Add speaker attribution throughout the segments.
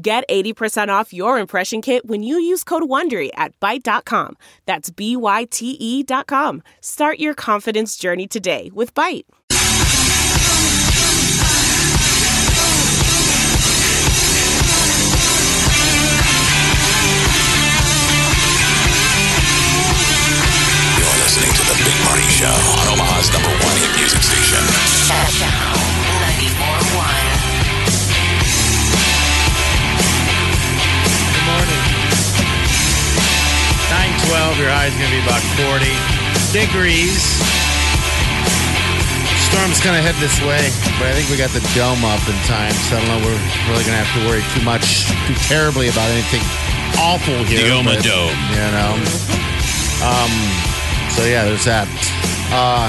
Speaker 1: Get 80% off your impression kit when you use code WONDERY at Byte.com. That's B-Y-T-E E dot com. Start your confidence journey today with Byte.
Speaker 2: You're listening to the Big Party Show on Omaha's number one hit music station.
Speaker 3: Channel 94.1.
Speaker 4: Good morning. 912, your high is going to be about 40 degrees. Storm's going to head this way, but I think we got the dome up in time, so I don't know we're really going to have to worry too much, too terribly about anything awful here.
Speaker 5: The Oma
Speaker 4: but,
Speaker 5: Dome.
Speaker 4: You know. Um, so, yeah, there's that. Uh,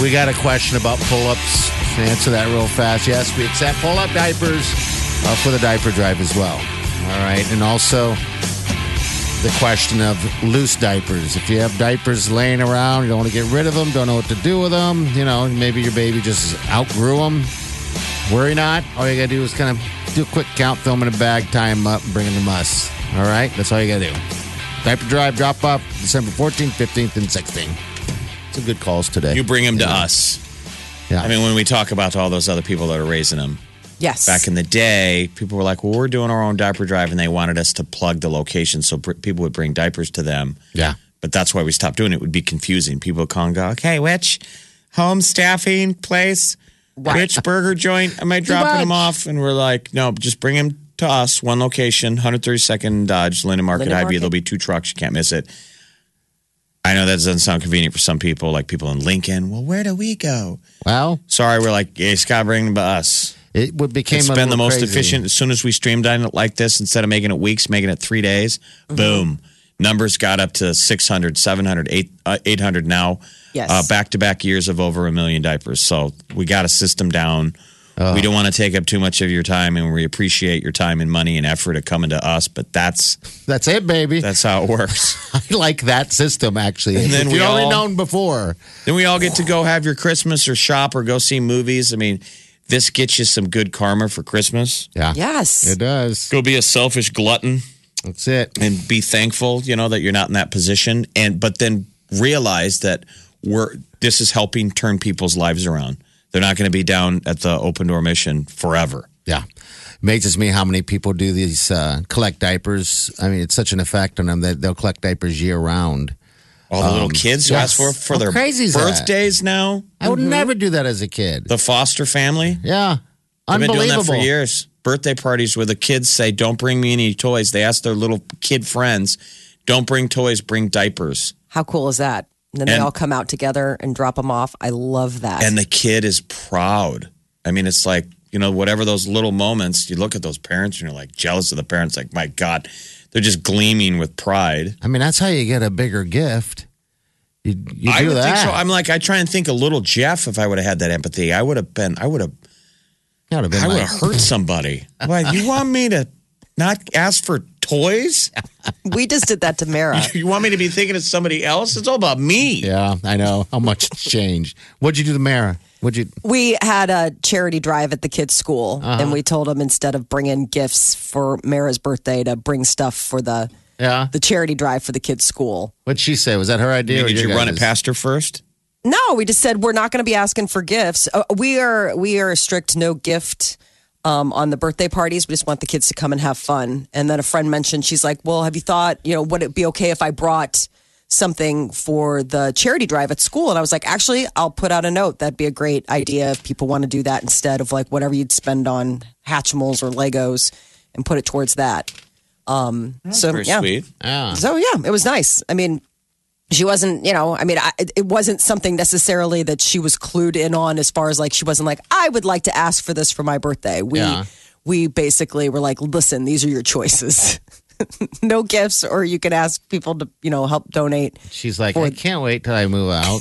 Speaker 4: we got a question about pull ups. Answer that real fast. Yes, we accept pull up diapers uh, for the diaper drive as well. All right. And also, the question of loose diapers. If you have diapers laying around, you don't want to get rid of them, don't know what to do with them, you know, maybe your baby just outgrew them. Worry not. All you got to do is kind of do a quick count, throw them in a bag, tie them up, bring them to us. All right? That's all you got to do. Diaper drive drop off December 14th, 15th, and 16th. Some good calls today.
Speaker 5: You bring them to us.
Speaker 4: Yeah.
Speaker 5: I mean, when we talk about all those other people that are raising them,
Speaker 6: Yes.
Speaker 5: back in the day, people were like, well, we're doing our own diaper drive, and they wanted us to plug the location so pr- people would bring diapers to them.
Speaker 4: yeah.
Speaker 5: But that's why we stopped doing it. It would be confusing. People would call and go, okay, which home staffing place, which burger joint am I dropping them off? And we're like, no, just bring them to us, one location, 132nd Dodge, Linden Market,
Speaker 6: Linden
Speaker 5: Ivy.
Speaker 6: Market.
Speaker 5: There'll be two trucks. You can't miss it. I know that doesn't sound convenient for some people, like people in Lincoln. Well, where do we go?
Speaker 4: Well,
Speaker 5: Sorry, we're like, yeah, Scott, bring them to us.
Speaker 4: it would became
Speaker 5: It's
Speaker 4: a
Speaker 5: been the
Speaker 4: little
Speaker 5: most
Speaker 4: crazy.
Speaker 5: efficient. As soon as we streamlined it like this, instead of making it weeks, making it three days,
Speaker 4: Mm-hmm.
Speaker 5: boom. Numbers got up to 600, 700, eight- uh, 800 now.
Speaker 6: Yes.
Speaker 5: Uh, back-to-back years of over a million diapers. So we got a system down.
Speaker 4: Oh.
Speaker 5: We don't want to take up too much of your time, and we appreciate your time and money and effort of coming to us. But that's
Speaker 4: That's it, baby.
Speaker 5: that's how it works.
Speaker 4: I like that system actually.
Speaker 5: And then
Speaker 4: if
Speaker 5: we
Speaker 4: you'd only
Speaker 5: all-
Speaker 4: known before.
Speaker 5: then we all get to go have your Christmas or shop or go see movies. I mean, this gets you some good karma for Christmas.
Speaker 4: Yeah.
Speaker 6: Yes.
Speaker 4: It does.
Speaker 5: Go be a selfish glutton.
Speaker 4: That's it.
Speaker 5: and be thankful you know that you're not in that position and but then realize that we're this is helping turn people's lives around they're not going to be down at the open door mission forever
Speaker 4: Yeah. Amazes me how many people do these uh, collect diapers. I mean, it's such an effect on them that they'll collect diapers year round.
Speaker 5: all the little kids who
Speaker 4: Um, yes.
Speaker 5: ask for for
Speaker 4: How
Speaker 5: their
Speaker 4: crazy is that?
Speaker 5: birthdays now
Speaker 4: I would never do that as a kid.
Speaker 5: the foster family
Speaker 4: Yeah.
Speaker 5: i've been
Speaker 4: Unbelievable.
Speaker 5: doing that for years birthday parties where the kids say don't bring me any toys they ask their little kid friends don't bring toys bring diapers
Speaker 6: How cool is that? And then they
Speaker 5: And-
Speaker 6: all come out together and drop them off. I love that.
Speaker 5: and the kid is proud. I mean, it's like, you know, whatever those little moments, you look at those parents and you're like jealous of the parents, like, my God, they're just gleaming with pride.
Speaker 4: I mean, that's how you get a bigger gift. You, you do
Speaker 5: I would
Speaker 4: that.
Speaker 5: think so. I'm like, I try and think of little Jeff if I would have had that empathy. I would have been, I would have,
Speaker 4: That would've been
Speaker 5: I would
Speaker 4: like-
Speaker 5: have hurt somebody. Why, you want me to not ask for toys?
Speaker 6: we just did that to Mara.
Speaker 5: You want me to be thinking of somebody else? It's all about me.
Speaker 4: Yeah, I know how much it's changed. What'd you do to Mara? What'd you?
Speaker 6: We had a charity drive at the kids' school, and we told them instead of bringing gifts for Mara's birthday, to bring stuff for the
Speaker 4: Yeah.
Speaker 6: the charity drive for the kids' school.
Speaker 4: What'd she say? Was that her idea? or
Speaker 5: Did you
Speaker 4: your
Speaker 5: run it
Speaker 4: guys'?
Speaker 5: past her first?
Speaker 6: No, we just said we're not going to be asking for gifts. Uh, we are we are strict no gift um, on the birthday parties. We just want the kids to come and have fun. And then a friend mentioned she's like, "Well, have you thought? You know, would it be okay if I brought?" Something for the charity drive at school. And I was like, actually, I'll put out a note. That'd be a great idea if people want to do that instead of like whatever you'd spend on Hatchimals or Legos and put it towards that. Um, so,
Speaker 5: Pretty
Speaker 6: yeah.
Speaker 5: sweet.
Speaker 4: Yeah.
Speaker 6: So yeah, it was nice. I mean, she wasn't, you know, I mean, I, it- it wasn't something necessarily that she was clued in on as far as like she wasn't like I would like to ask for this for my birthday. We
Speaker 4: Yeah.
Speaker 6: we basically were like, listen, these are your choices. no gifts, or you can ask people to, you know, help donate.
Speaker 4: She's like, I can't wait till I move out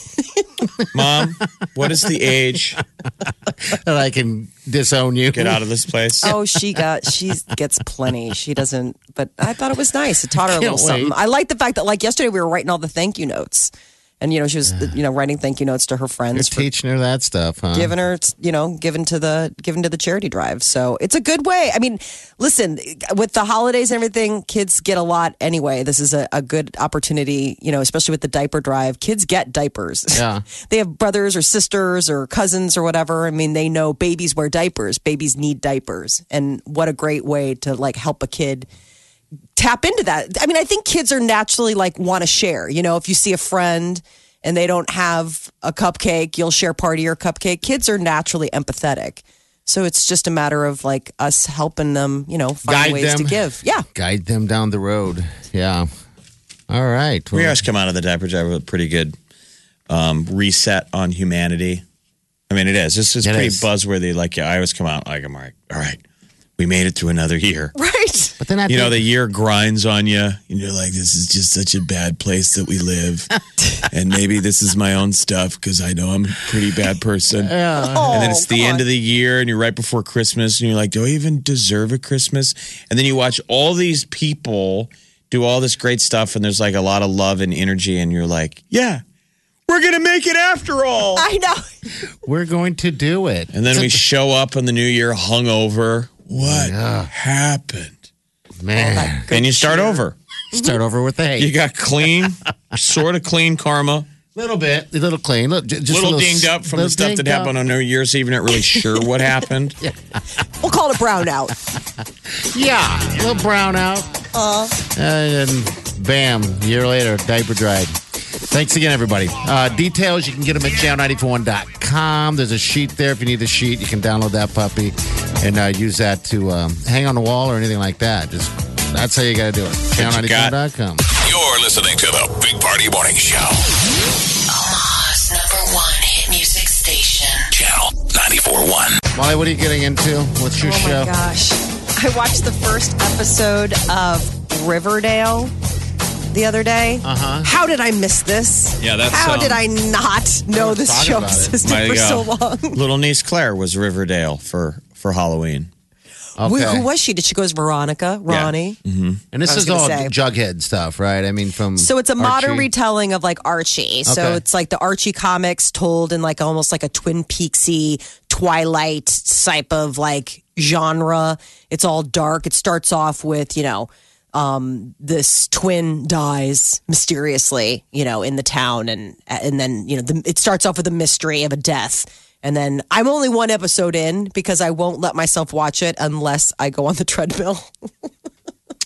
Speaker 5: Mom, what is the age?
Speaker 4: that I can disown you.
Speaker 5: Get out of this place.
Speaker 6: Oh, she got she gets plenty. She doesn't, but I thought it was nice. It taught her a little
Speaker 4: Can't
Speaker 6: something.
Speaker 4: wait.
Speaker 6: I like the fact that like yesterday we were writing all the thank you notes, and you know she was you know writing thank you notes to her friends for
Speaker 4: Teaching her that stuff, huh?
Speaker 6: given her you know given to the given to the charity drive. So it's a good way. I mean, listen, with the holidays and everything, kids get a lot anyway. This is a, a good opportunity, you know, especially with the diaper drive. Kids get diapers.
Speaker 4: Yeah.
Speaker 6: they have brothers or sisters or cousins or whatever. I mean, they know babies wear diapers, babies need diapers. And what a great way to like help a kid tap into that. I mean, I think kids are naturally like want to share. You know, if you see a friend and they don't have a cupcake, you'll share part of your cupcake. Kids are naturally empathetic. So it's just a matter of like us helping them, you know, find
Speaker 4: Guide
Speaker 6: ways
Speaker 4: them.
Speaker 6: to give. Yeah.
Speaker 4: Guide them down the road. Yeah. All right.
Speaker 5: We
Speaker 4: Well,
Speaker 5: always come out of the diaper drive with a pretty good um, reset on humanity. I mean, it is. This is
Speaker 4: It
Speaker 5: pretty
Speaker 4: is.
Speaker 5: buzzworthy. Like, yeah, I always come out like, I'm like, all right, we made it through another year.
Speaker 6: Right.
Speaker 4: But then I
Speaker 5: You know, the
Speaker 4: think-
Speaker 5: year grinds on you, and you're like, this is just such a bad place that we live. and maybe this is my own stuff because I know I'm a pretty bad person. and then
Speaker 6: Oh,
Speaker 4: Oh,
Speaker 5: it's the end of the year, and you're right before Christmas, and you're like, do I even deserve a Christmas? And then you watch all these people do all this great stuff, and there's like a lot of love and energy, and you're like, yeah, we're going to make it after all.
Speaker 6: I know.
Speaker 4: we're going to do it.
Speaker 5: and then we show up in the new year hungover. What happened?
Speaker 4: man,
Speaker 5: and you start over.
Speaker 4: start over with a
Speaker 5: You got clean, sort of clean karma.
Speaker 4: little bit, a little clean, look, j- just a
Speaker 5: little,
Speaker 4: little
Speaker 5: dinged up from the
Speaker 4: little
Speaker 5: stuff that
Speaker 4: dinged up.
Speaker 5: happened on New Year's Eve. Not really sure what happened.
Speaker 6: We'll call it brown out.
Speaker 4: Yeah, a little brown out. Uh, And then, bam, a year later, diaper dried. Thanks again, everybody. Uh, details, you can get them at channel941.com. There's a sheet there. If you need a sheet, you can download that puppy and uh, use that to um, hang on the wall or anything like that. Just That's how you got to do it.
Speaker 5: What you got?
Speaker 4: Channel941.com.
Speaker 2: You're listening to the Big Party Morning Show.
Speaker 3: Omaha's number one hit music station.
Speaker 2: Channel 941.
Speaker 4: Molly, what are you getting into? What's your
Speaker 6: Oh
Speaker 4: show?
Speaker 6: my gosh. I watched the first episode of Riverdale the other day. Uh-huh. How did I miss this?
Speaker 5: Yeah, that's,
Speaker 6: How
Speaker 5: um,
Speaker 6: did I not know this
Speaker 4: talking
Speaker 6: show
Speaker 4: about it.
Speaker 6: existed for
Speaker 5: My, uh,
Speaker 6: so long?
Speaker 5: Little niece Claire was Riverdale for for Halloween.
Speaker 6: Who-
Speaker 4: Okay.
Speaker 6: Who was she? Did she go as Veronica, Ronnie?
Speaker 4: and this
Speaker 6: I was
Speaker 4: is
Speaker 6: gonna
Speaker 4: all
Speaker 6: say.
Speaker 4: Jughead stuff, right? I mean, from
Speaker 6: So it's a modern
Speaker 4: Um, Archie.
Speaker 6: retelling of like Archie. So
Speaker 4: Okay.
Speaker 6: it's like the Archie comics told in like almost like a Twin Peaksy Twilight type of like genre. It's all dark. It starts off with you know um, this twin dies mysteriously, you know, in the town, and and then you know the, it starts off with a mystery of a death. And then I'm only one episode in because I won't let myself watch it unless I go on the treadmill.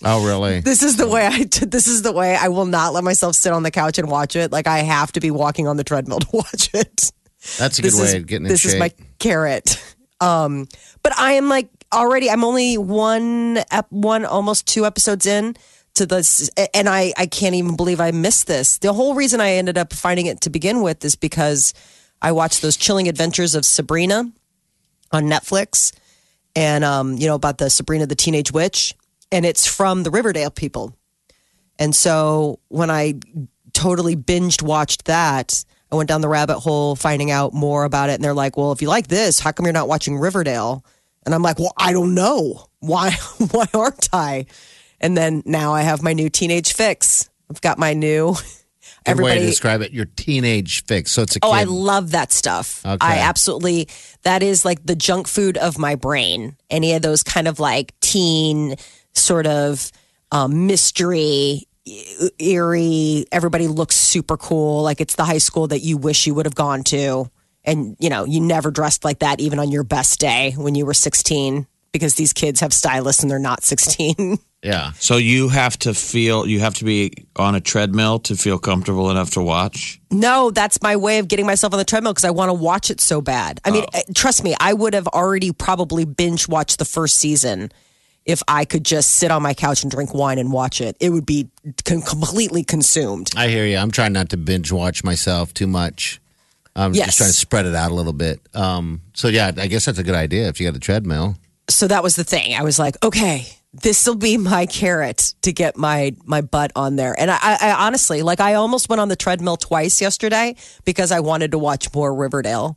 Speaker 4: Oh, really?
Speaker 6: This is the way I. This is the way I will not let myself sit on the couch and watch it. Like I have to be walking on the treadmill to watch it.
Speaker 4: That's a good
Speaker 6: this
Speaker 4: way
Speaker 6: is
Speaker 4: of getting in
Speaker 6: this
Speaker 4: shape.
Speaker 6: is my carrot. Um, but I am like already. I'm only one ep- one almost two episodes in to this, and I I can't even believe I missed this. The whole reason I ended up finding it to begin with is because I watched those chilling adventures of Sabrina on Netflix, and um, you know about the Sabrina the Teenage Witch, and it's from the Riverdale people. And so when I totally binged watched that, I went down the rabbit hole finding out more about it. And they're like, well, if you like this, how come you're not watching Riverdale? And I'm like, well, I don't know. Why, why aren't I? And then now I have my new teenage fix. I've got my new.
Speaker 4: Good way to describe it. Your teenage fix. So it's a
Speaker 6: Oh, I
Speaker 4: kid.
Speaker 6: love that stuff.
Speaker 4: Okay.
Speaker 6: I absolutely that is like the junk food of my brain. Any of those kind of like teen sort of um, mystery e- eerie everybody looks super cool like it's the high school that you wish you would have gone to and you know you never dressed like that even on your best day when you were 16 because these kids have stylists and they're not 16
Speaker 4: yeah.
Speaker 5: So you have to feel you have to be on a treadmill to feel comfortable enough to watch.
Speaker 6: No, that's my way of getting myself on the treadmill because I want to watch it so bad. I mean, uh trust me, I would have already probably binge watched the first season if I could just sit on my couch and drink wine and watch it. It would be con- completely consumed.
Speaker 4: I hear you. I'm trying not to binge watch myself too much. I'm
Speaker 6: Yes.
Speaker 4: just trying to spread it out a little bit. Um, so yeah, I guess that's a good idea if you got a treadmill.
Speaker 6: so that was the thing. I was like, okay, this will be my carrot to get my my butt on there. And I, I, I honestly, like, I almost went on the treadmill twice yesterday because I wanted to watch more Riverdale.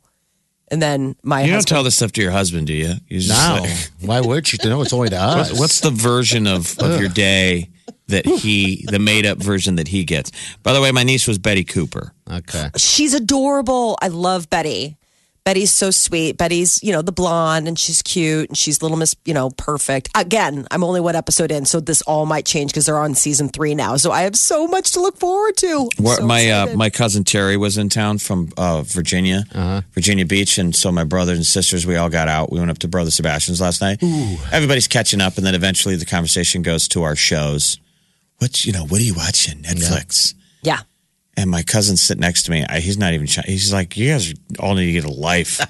Speaker 6: And then my
Speaker 5: You don't
Speaker 6: husband,
Speaker 5: tell this stuff to your husband, do you? You're just
Speaker 4: Now,
Speaker 5: like-
Speaker 4: why would you? No, it's only to us.
Speaker 5: What's, what's the version of, of your day that he, the made up version that he gets? By the way, my niece was Betty Cooper.
Speaker 4: okay?
Speaker 6: she's adorable. I love Betty. Betty's so sweet. Betty's, you know, the blonde and she's cute and she's little miss, you know, perfect. Again, I'm only one episode in, so this all might change because they're on season three now. So I have so much to look forward to. I'm
Speaker 5: Where,
Speaker 6: so
Speaker 5: my uh,
Speaker 6: excited.
Speaker 5: my cousin Terry was in town from uh, Virginia, Virginia Beach, and so my brothers and sisters we all got out. We went up to Brother Sebastian's last night. Everybody's catching up, and then eventually the conversation goes to our shows. What you know? What are you watching? Netflix.
Speaker 6: yeah.
Speaker 5: And my cousin sitting next to me, I, he's not even. shy. He's like, you guys all need to get a life.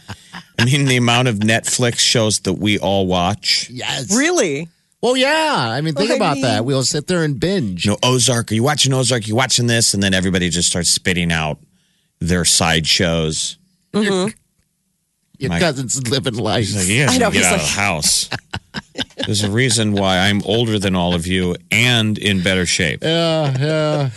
Speaker 5: I mean, the amount of Netflix shows that we all watch.
Speaker 4: Yes.
Speaker 6: Really?
Speaker 4: Well, yeah. I mean, think
Speaker 6: Well, I
Speaker 4: about that.
Speaker 6: mean-
Speaker 4: We'll sit there and binge.
Speaker 5: you know, Ozark, are you watching Ozark? Are you watching this? And then everybody just starts spitting out their side shows.
Speaker 4: Your
Speaker 5: My-
Speaker 4: cousin's living life.
Speaker 5: He's like, you guys
Speaker 6: I
Speaker 5: need
Speaker 6: know,
Speaker 5: to get
Speaker 6: he's
Speaker 5: out of
Speaker 6: like-
Speaker 5: the house. There's a reason why I'm older than all of you and in better shape.
Speaker 4: Yeah, yeah.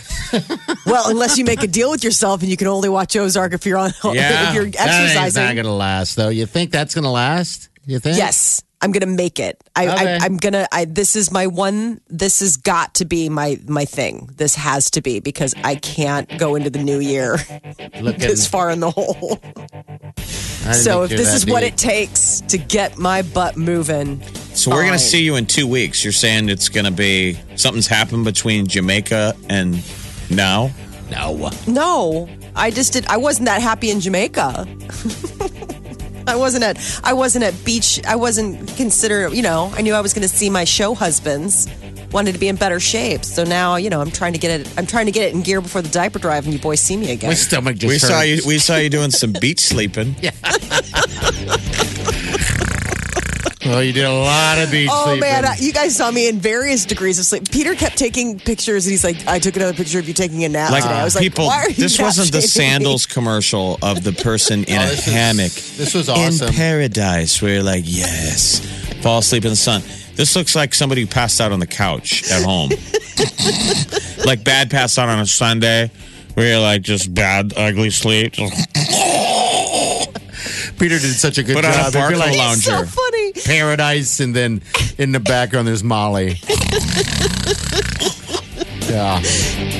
Speaker 6: Well, unless you make a deal with yourself and you can only watch Ozark if you're on
Speaker 5: Yeah.
Speaker 6: if you're
Speaker 4: That ain't not
Speaker 6: exercising.
Speaker 4: gonna last, though. You think that's gonna last? You think?
Speaker 6: Yes. I'm gonna make it. I,
Speaker 4: Okay.
Speaker 6: I I'm gonna I this is my one this has got to be my my thing. This has to be because I can't go into the new year
Speaker 4: Looking,
Speaker 6: this far in the hole.
Speaker 4: I didn't
Speaker 6: So if
Speaker 4: think you're
Speaker 6: this
Speaker 4: that
Speaker 6: is what
Speaker 4: deep.
Speaker 6: it takes to get my butt moving,
Speaker 5: So we're going to
Speaker 6: Fine.
Speaker 5: see you in two weeks. You're saying it's going to be something's happened between Jamaica and now? No.
Speaker 6: No, I just did. I wasn't that happy in Jamaica. I wasn't at. I wasn't at beach. I wasn't considered. You know, I knew I was going to see my show husbands. Wanted to be in better shape, so now you know I'm trying to get it. I'm trying to get it in gear before the diaper drive, and you boys see me again.
Speaker 4: My stomach just
Speaker 5: We saw you
Speaker 4: hurts.
Speaker 5: we saw you doing some beach sleeping.
Speaker 4: Oh, you did a lot of beach
Speaker 6: Oh
Speaker 4: sleeping.
Speaker 6: man, I, you guys saw me in various degrees of sleep. Peter kept taking pictures, and he's like, "I took another picture of you taking a nap
Speaker 5: Like
Speaker 6: today." I was like,
Speaker 5: people
Speaker 6: "Why are you
Speaker 5: this
Speaker 6: not
Speaker 5: wasn't the
Speaker 6: shaving me?"
Speaker 5: sandals commercial of the person in
Speaker 4: Oh,
Speaker 5: a
Speaker 4: this is-
Speaker 5: hammock.
Speaker 4: this was awesome.
Speaker 5: in paradise where you're like, yes, fall asleep in the sun. This looks like somebody who passed out on the couch at home. like bad passed out on a Sunday where you're like just bad, ugly sleep.
Speaker 4: Peter did such a good
Speaker 5: Put on a
Speaker 4: job. I feel
Speaker 5: barco
Speaker 4: like
Speaker 5: lounge.
Speaker 6: So
Speaker 5: Sure.
Speaker 6: funny.
Speaker 4: paradise, and then in the background there's Molly. yeah,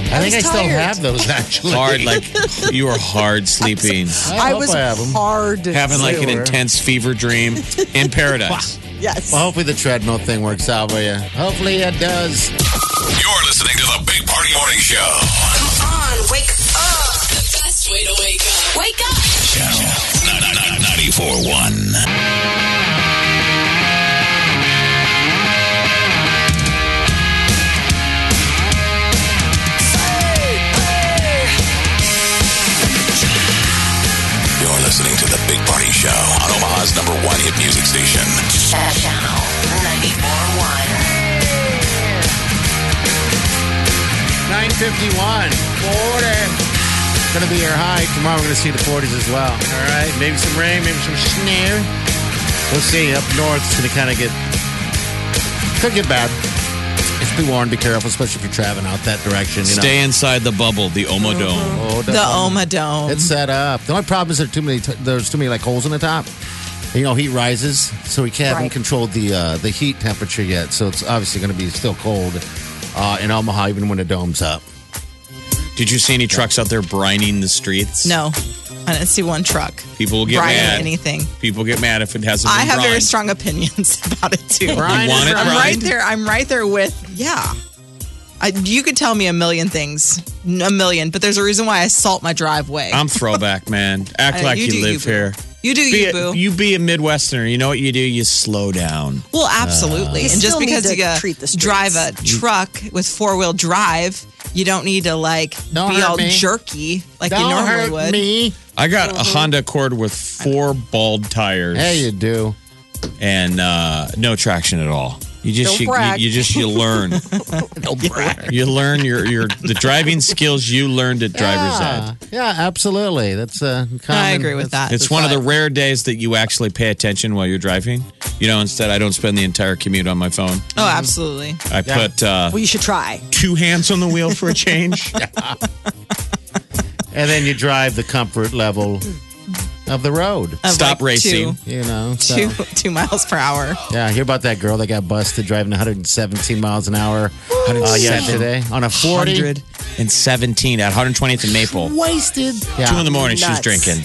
Speaker 4: I, think I
Speaker 6: was
Speaker 4: still
Speaker 6: tired.
Speaker 4: have those actually.
Speaker 5: hard, like you were hard sleeping.
Speaker 4: I,
Speaker 6: I,
Speaker 4: hope
Speaker 6: was
Speaker 4: I have them.
Speaker 6: hard.
Speaker 5: Having like an
Speaker 4: Sure.
Speaker 5: intense fever dream in paradise.
Speaker 6: yes.
Speaker 4: Well, hopefully the treadmill thing works out for you. Hopefully it does.
Speaker 2: You're listening to the Big Party Morning Show.
Speaker 3: Come on, wake up. The best way to wake up. Wake up.
Speaker 2: Channel 941. You're listening to the Big Party Show on Omaha's number one hit music station.
Speaker 3: Channel 941.
Speaker 4: 951. 40. Gonna be your high. Tomorrow we're gonna see the 40s as well. All right. Maybe some rain, maybe some snow. We'll see. Up north it's gonna kinda get could get bad. Just be warned, be careful, especially if you're traveling out that direction. You
Speaker 5: Stay inside the bubble, the Omo Dome.
Speaker 4: know. Oh,
Speaker 7: The
Speaker 4: no.
Speaker 7: Oma Dome.
Speaker 4: It's set up. The only problem is there are too many. T- there's too many like holes in the top. You know, heat rises, so we can't even
Speaker 6: Right.
Speaker 4: control the uh, the heat temperature yet. So it's obviously going to be still cold uh, in Omaha, even when the dome's up.
Speaker 5: Did you see any trucks out there brining the streets?
Speaker 7: no, I didn't see one truck.
Speaker 5: People will get
Speaker 7: Brian,
Speaker 5: mad.
Speaker 7: anything.
Speaker 5: People get mad if it hasn't been
Speaker 7: I have very
Speaker 5: brined.
Speaker 7: strong opinions about it too.
Speaker 5: You want it
Speaker 7: I'm right
Speaker 5: brined?
Speaker 7: there. I'm right there with yeah. I, you could tell me a million things, a million, but there's a reason why I salt my driveway.
Speaker 5: I'm throwback, man. Act
Speaker 7: I-
Speaker 5: like
Speaker 7: you
Speaker 5: you,
Speaker 7: do
Speaker 5: live
Speaker 7: you, boo.
Speaker 5: here.
Speaker 7: you do
Speaker 5: Be
Speaker 7: you,
Speaker 5: a-
Speaker 7: boo.
Speaker 5: you be a Midwesterner. You know what you do? You slow down.
Speaker 7: well, absolutely. and
Speaker 6: still
Speaker 7: just
Speaker 6: need
Speaker 7: because
Speaker 6: to
Speaker 7: you uh,
Speaker 6: treat the streets.
Speaker 7: drive a truck with four wheel drive, you don't need to like
Speaker 4: Don't
Speaker 7: be
Speaker 4: hurt
Speaker 7: all
Speaker 4: me.
Speaker 7: jerky like you
Speaker 4: Don't
Speaker 7: normally
Speaker 4: hurt
Speaker 7: would.
Speaker 4: me.
Speaker 5: I got
Speaker 7: Mm-hmm.
Speaker 5: a Honda Accord with four bald tires
Speaker 4: Hey, you do.
Speaker 5: and uh, no traction at all. You just
Speaker 6: Don't
Speaker 5: you,
Speaker 6: brag.
Speaker 5: you just you learn. You learn your your the driving skills you learned at driver's ed.
Speaker 4: Ah. Yeah, absolutely. That's uh, common.
Speaker 7: I agree with that.
Speaker 5: It's one of the rare days that you actually pay attention while you're driving. You know, instead I don't spend the entire commute on my phone.
Speaker 7: Oh, absolutely.
Speaker 5: I put uh,
Speaker 6: Well, you should try.
Speaker 5: two hands on the wheel for a change.
Speaker 4: And then you drive the comfort level of the road.
Speaker 7: Of
Speaker 5: Stop
Speaker 7: like
Speaker 5: racing.
Speaker 4: You know, so-
Speaker 7: Two, two, two miles per hour.
Speaker 4: yeah. I Hear about that girl that got busted driving 117 miles an hour uh,
Speaker 5: 107.
Speaker 4: yesterday on a 40.
Speaker 5: 117 at 120th and Maple.
Speaker 4: Wasted. Yeah.
Speaker 5: Two in the morning, she was
Speaker 6: Nuts.
Speaker 5: drinking.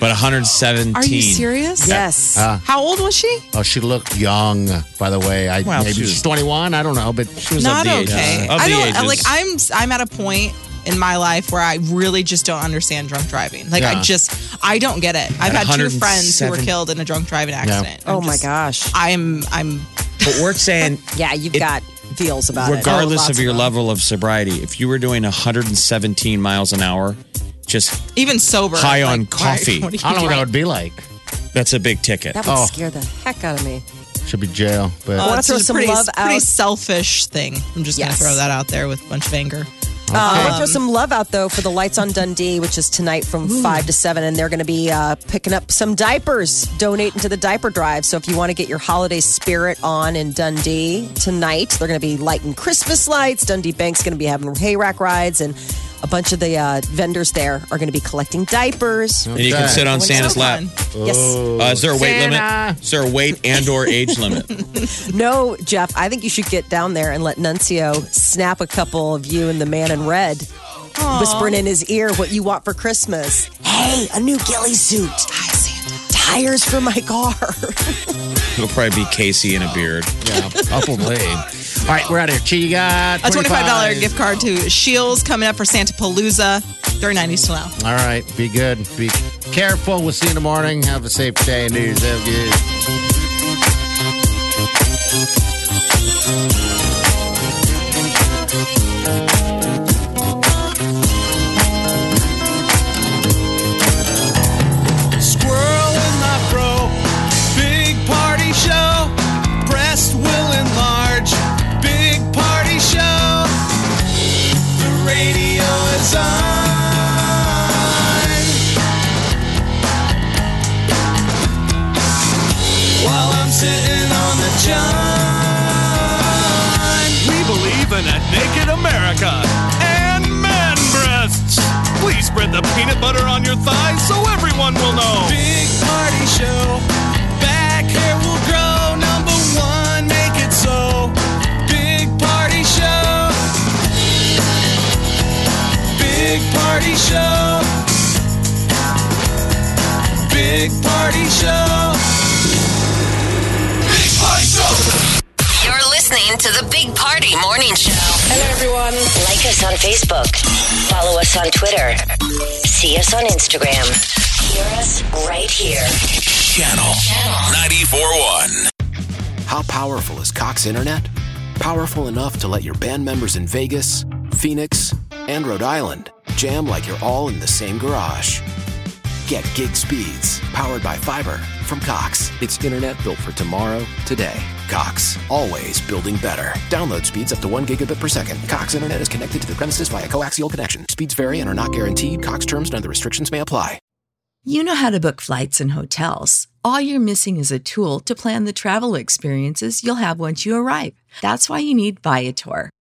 Speaker 5: But 117.
Speaker 7: Are you serious?
Speaker 6: Yes.
Speaker 5: Uh,
Speaker 7: How old was she?
Speaker 4: Oh, she looked young, by the way. I
Speaker 5: Well,
Speaker 4: maybe
Speaker 5: she was-
Speaker 4: she's 21. I don't know, but she was
Speaker 7: Not
Speaker 5: the ages.
Speaker 7: okay.
Speaker 5: Of
Speaker 7: I
Speaker 5: the
Speaker 7: don't
Speaker 5: ages.
Speaker 7: like. I'm I'm at a point in my life where I really just don't understand drunk driving. Like
Speaker 4: Yeah.
Speaker 7: I just I don't get it. I've
Speaker 5: At
Speaker 7: had two friends who were
Speaker 5: 107
Speaker 7: killed in a drunk driving accident.
Speaker 6: Oh
Speaker 7: I'm
Speaker 6: my
Speaker 7: just-
Speaker 6: gosh.
Speaker 7: I'm I'm
Speaker 5: But we're saying,
Speaker 6: Yeah, you've
Speaker 5: It-
Speaker 6: got feels about it.
Speaker 5: regardless
Speaker 7: lots
Speaker 5: of your
Speaker 7: of them.
Speaker 5: level of sobriety, if you were doing 117 miles an hour, just
Speaker 7: even sober.
Speaker 5: High
Speaker 7: like, uh,
Speaker 5: on
Speaker 7: why-
Speaker 5: coffee.
Speaker 7: what are you
Speaker 4: I don't know what that would
Speaker 7: doing?
Speaker 4: be like.
Speaker 5: that's a big ticket.
Speaker 6: That would
Speaker 4: Oh.
Speaker 6: scare the heck out of me.
Speaker 4: Should be jail, but
Speaker 7: Uh,
Speaker 6: wanna
Speaker 7: it's
Speaker 6: throw
Speaker 7: a
Speaker 6: some
Speaker 7: pretty,
Speaker 6: love
Speaker 7: pretty
Speaker 6: out.
Speaker 7: selfish thing. I'm just
Speaker 6: Yes.
Speaker 7: gonna throw that out there with a bunch of anger.
Speaker 6: I want to throw some love out though for the lights on Dundee, which is tonight from five to seven, and they're going to be uh, picking up some diapers, donating to the diaper drive. So if you want to get your holiday spirit on in Dundee tonight, they're going to be lighting Christmas lights. Dundee Bank's going to be having hay rack rides, and a bunch of the uh, vendors there are going to be collecting diapers.
Speaker 5: And you can
Speaker 4: Okay.
Speaker 5: sit on Santa's
Speaker 7: So
Speaker 5: lap.
Speaker 7: fun.
Speaker 6: Yes,
Speaker 5: Uh, is there a weight
Speaker 4: Santa.
Speaker 5: limit? Is there a weight and or age limit?
Speaker 6: no, Jeff, I think you should get down there and let Nuncio snap a couple of you and the man in red. Whispering in his ear what you want for Christmas. Hey, a new ghillie suit.
Speaker 7: Hi, Santa.
Speaker 6: tires for my car.
Speaker 5: It'll probably be Casey in a beard.
Speaker 4: yeah, probably. All right, we're out of here. Chi, you got
Speaker 7: A twenty-five dollar gift card to Shields coming up for Santa Palooza. They're nineties till now.
Speaker 4: All right, be good. Be careful. We'll see you in the morning. Have a safe day. New Year's Eve. Good.
Speaker 8: Squirrel in my fro. Big party show. Breast will enlarge. Big party show. The radio is on. While I'm sitting on the john. We believe in a naked America and man breasts. Please spread the peanut butter on your thighs so everyone will know. Big party show. Back hair will grow. Number one, make it so. Big party show. Big party show. Big party show. Big party show.
Speaker 3: You're listening to the Big Party Morning Show. Hello, everyone. Like us on Facebook. Follow us on Twitter. See us on Instagram. Hear us right here.
Speaker 2: Channel 94.1.
Speaker 9: How powerful is Cox Internet? Powerful enough to let your band members in Vegas, Phoenix, and Rhode Island jam like you're all in the same garage. Get gig speeds powered by fiber from Cox. It's internet built for tomorrow, today. Cox, always building better. Download speeds up to 1 gigabit per second. Cox Internet is connected to the premises via coaxial connection. Speeds vary and are not guaranteed. Cox terms and other restrictions may apply.
Speaker 10: You know how to book flights and hotels. All you're missing is a tool to plan the travel experiences you'll have once you arrive. That's why you need Viator.